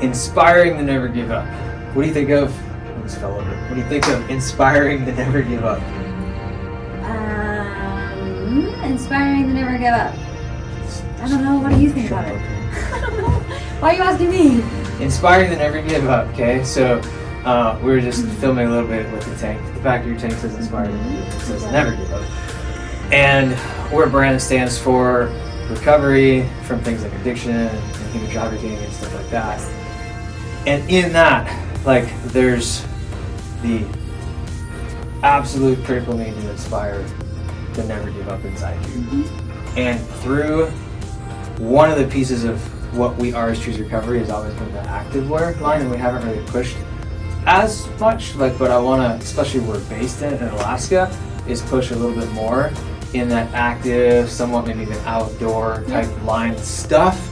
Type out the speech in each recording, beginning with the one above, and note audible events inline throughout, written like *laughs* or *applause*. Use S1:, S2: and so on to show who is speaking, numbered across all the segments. S1: inspiring the never give up. What do you think of? I almost fell over. What do you think of inspiring the never give up?
S2: Um, inspiring to never give up. I don't know. What do you think about it? *laughs* I don't know. Why are you asking me?
S1: Inspiring the never give up. Okay, so uh, we were just filming a little bit with the tank. The back of your tank says inspiring, the never give up. It says never give up. And where Brand stands for recovery from things like addiction and human trafficking and stuff like that. And in that, like, there's the absolute critical need to inspire the never give up inside you. And through one of the pieces of what we are as Choose Recovery has always been the activewear line, and we haven't really pushed as much. Like, but I want to, especially we're based in in Alaska, is push a little bit more in that active, somewhat maybe even outdoor type line stuff.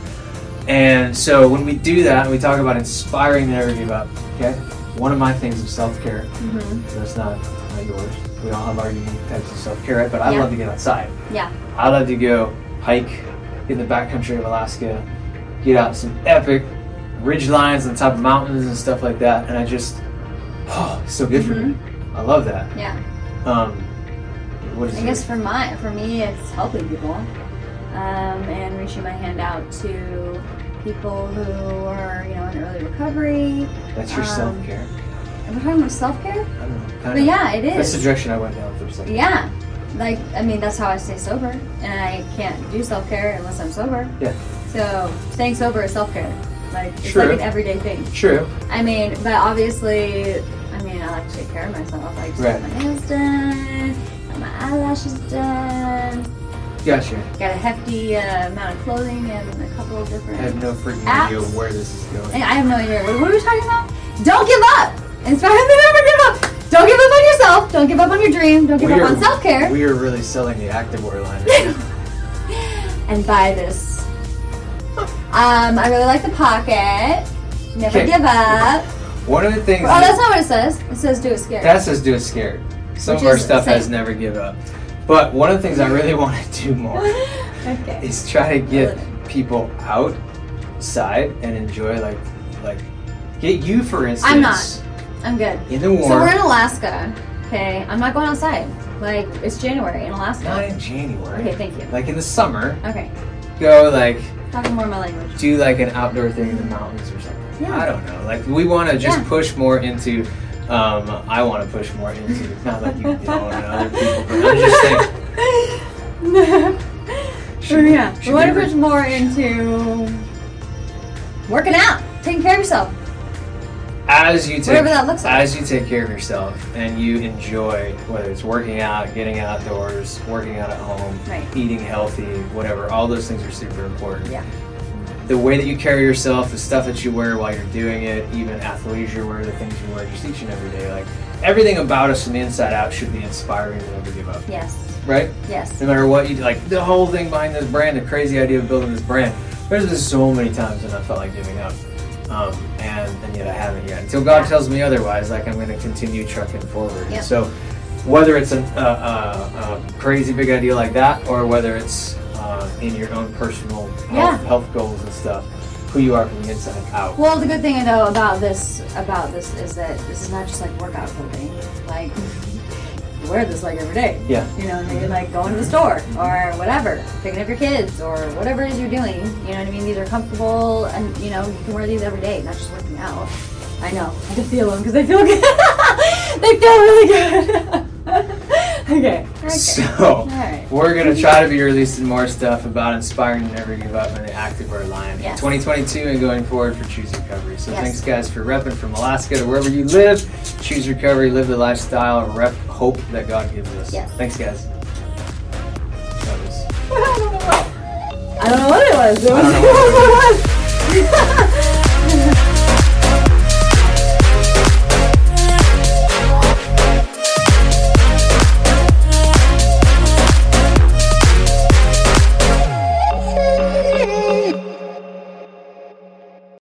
S1: And so when we do that, and we talk about inspiring the never give up. Okay, one of my things is self care.
S2: Mm-hmm.
S1: That's not, not yours. We all have our unique types of self care, but I
S2: Yeah.
S1: love to get outside.
S2: Yeah.
S1: I love to go hike in the backcountry of Alaska, get out some epic ridge lines on top of mountains and stuff like that, and I just, *sighs* oh, it's so good for me. I love that.
S2: Yeah.
S1: Um, what is
S2: Mm-hmm. I
S1: it?
S2: guess for my for me, it's helping people um, and reaching my hand out to people who are you know in early recovery.
S1: That's your
S2: um,
S1: self care.
S2: And we're talking about self care.
S1: I don't know.
S2: But yeah, it
S1: That's the
S2: is.
S1: direction I went down for a second.
S2: Yeah. Like I mean, that's how I stay sober, and I can't do self care unless I'm sober.
S1: Yeah.
S2: So staying sober is self care. Like it's
S1: True.
S2: like an everyday thing.
S1: True.
S2: I mean, but obviously, I mean, I like to take care of myself. I like to
S1: Right.
S2: get my nails done, get my eyelashes done.
S1: Gotcha.
S2: Got a hefty uh, amount of clothing and a couple of different.
S1: I have no freaking
S2: Apps.
S1: idea where this is going.
S2: And I have no idea. What, what are we talking about? Don't give up. Inspire them never give up. Don't give up on yourself. Don't give up on your dream. Don't give
S1: We
S2: up
S1: are-
S2: on self care.
S1: We are really selling the activewear line.
S2: *laughs* and buy this. Um, I really like the pocket. Never
S1: Okay.
S2: give up.
S1: One of the things.
S2: Oh,
S1: that-
S2: that's not what it says. It says do it scared.
S1: That says do it scared. Some
S2: Which
S1: of our
S2: is
S1: stuff
S2: same.
S1: has never give up. But one of the things I really *laughs* want to do more
S2: okay.
S1: is try to get people outside and enjoy like like get you for instance
S2: I'm not. I'm good.
S1: in the
S2: So we're in
S1: warm
S2: Alaska. Okay, I'm not going outside. Like it's January in
S1: not
S2: Alaska.
S1: in January.
S2: Okay, thank you.
S1: Like in the summer,
S2: Okay,
S1: go like
S2: talking more my language.
S1: do like an outdoor thing in the mountains or something.
S2: Yeah.
S1: I don't know. Like we want to just
S2: Yeah.
S1: push more into. Um, I want to push more into not like you don't and other people, but I'm just
S2: *laughs*
S1: saying.
S2: So Oh, yeah.
S1: should
S2: what
S1: we
S2: if
S1: re-
S2: it's more into working out, taking care of yourself?
S1: as you take
S2: Whatever that looks like.
S1: as you take care of yourself and you enjoy whether it's working out, getting outdoors, working out at home,
S2: Right.
S1: eating healthy, whatever. All those things are super important.
S2: Yeah.
S1: The way that you carry yourself, the stuff that you wear while you're doing it, even athleisure wear, the things you wear just each and every day, like everything about us from the inside out should be inspiring and never give up,
S2: Yes.
S1: right?
S2: Yes.
S1: No matter what you do, like the whole thing behind this brand, the crazy idea of building this brand. There's been so many times when I felt like giving up, um, and, and yet I haven't yet. Until God
S2: Yeah.
S1: tells me otherwise, like I'm going to continue trucking forward.
S2: Yep.
S1: So, whether it's a, a, a, a crazy big idea like that, or whether it's uh, in your own personal health,
S2: Yeah.
S1: health goals and stuff, who you are from the inside out.
S2: Well, the good thing though about this about this is that this is not just like workout clothing. Like you wear this like every day.
S1: Yeah.
S2: You know, what I mean? like going to the store or whatever, picking up your kids or whatever it is you're doing. You know what I mean? These are comfortable, and you know you can wear these every day, not just working out. I know. I can feel them because they feel *laughs* good. they feel really good. *laughs* okay. Okay.
S1: So,
S2: right. *laughs*
S1: we're going to try to be releasing more stuff about inspiring to never give up and the Activewear line
S2: Yes.
S1: in 2022 and going forward for Choose Recovery. So,
S2: Yes.
S1: thanks guys for repping from Alaska to wherever you live. Choose Recovery, live the lifestyle, and rep hope that God gives us.
S2: Yes.
S1: Thanks, guys. That was-
S2: *laughs* I don't know what it was. It was.
S1: I don't know what
S2: it was. *laughs*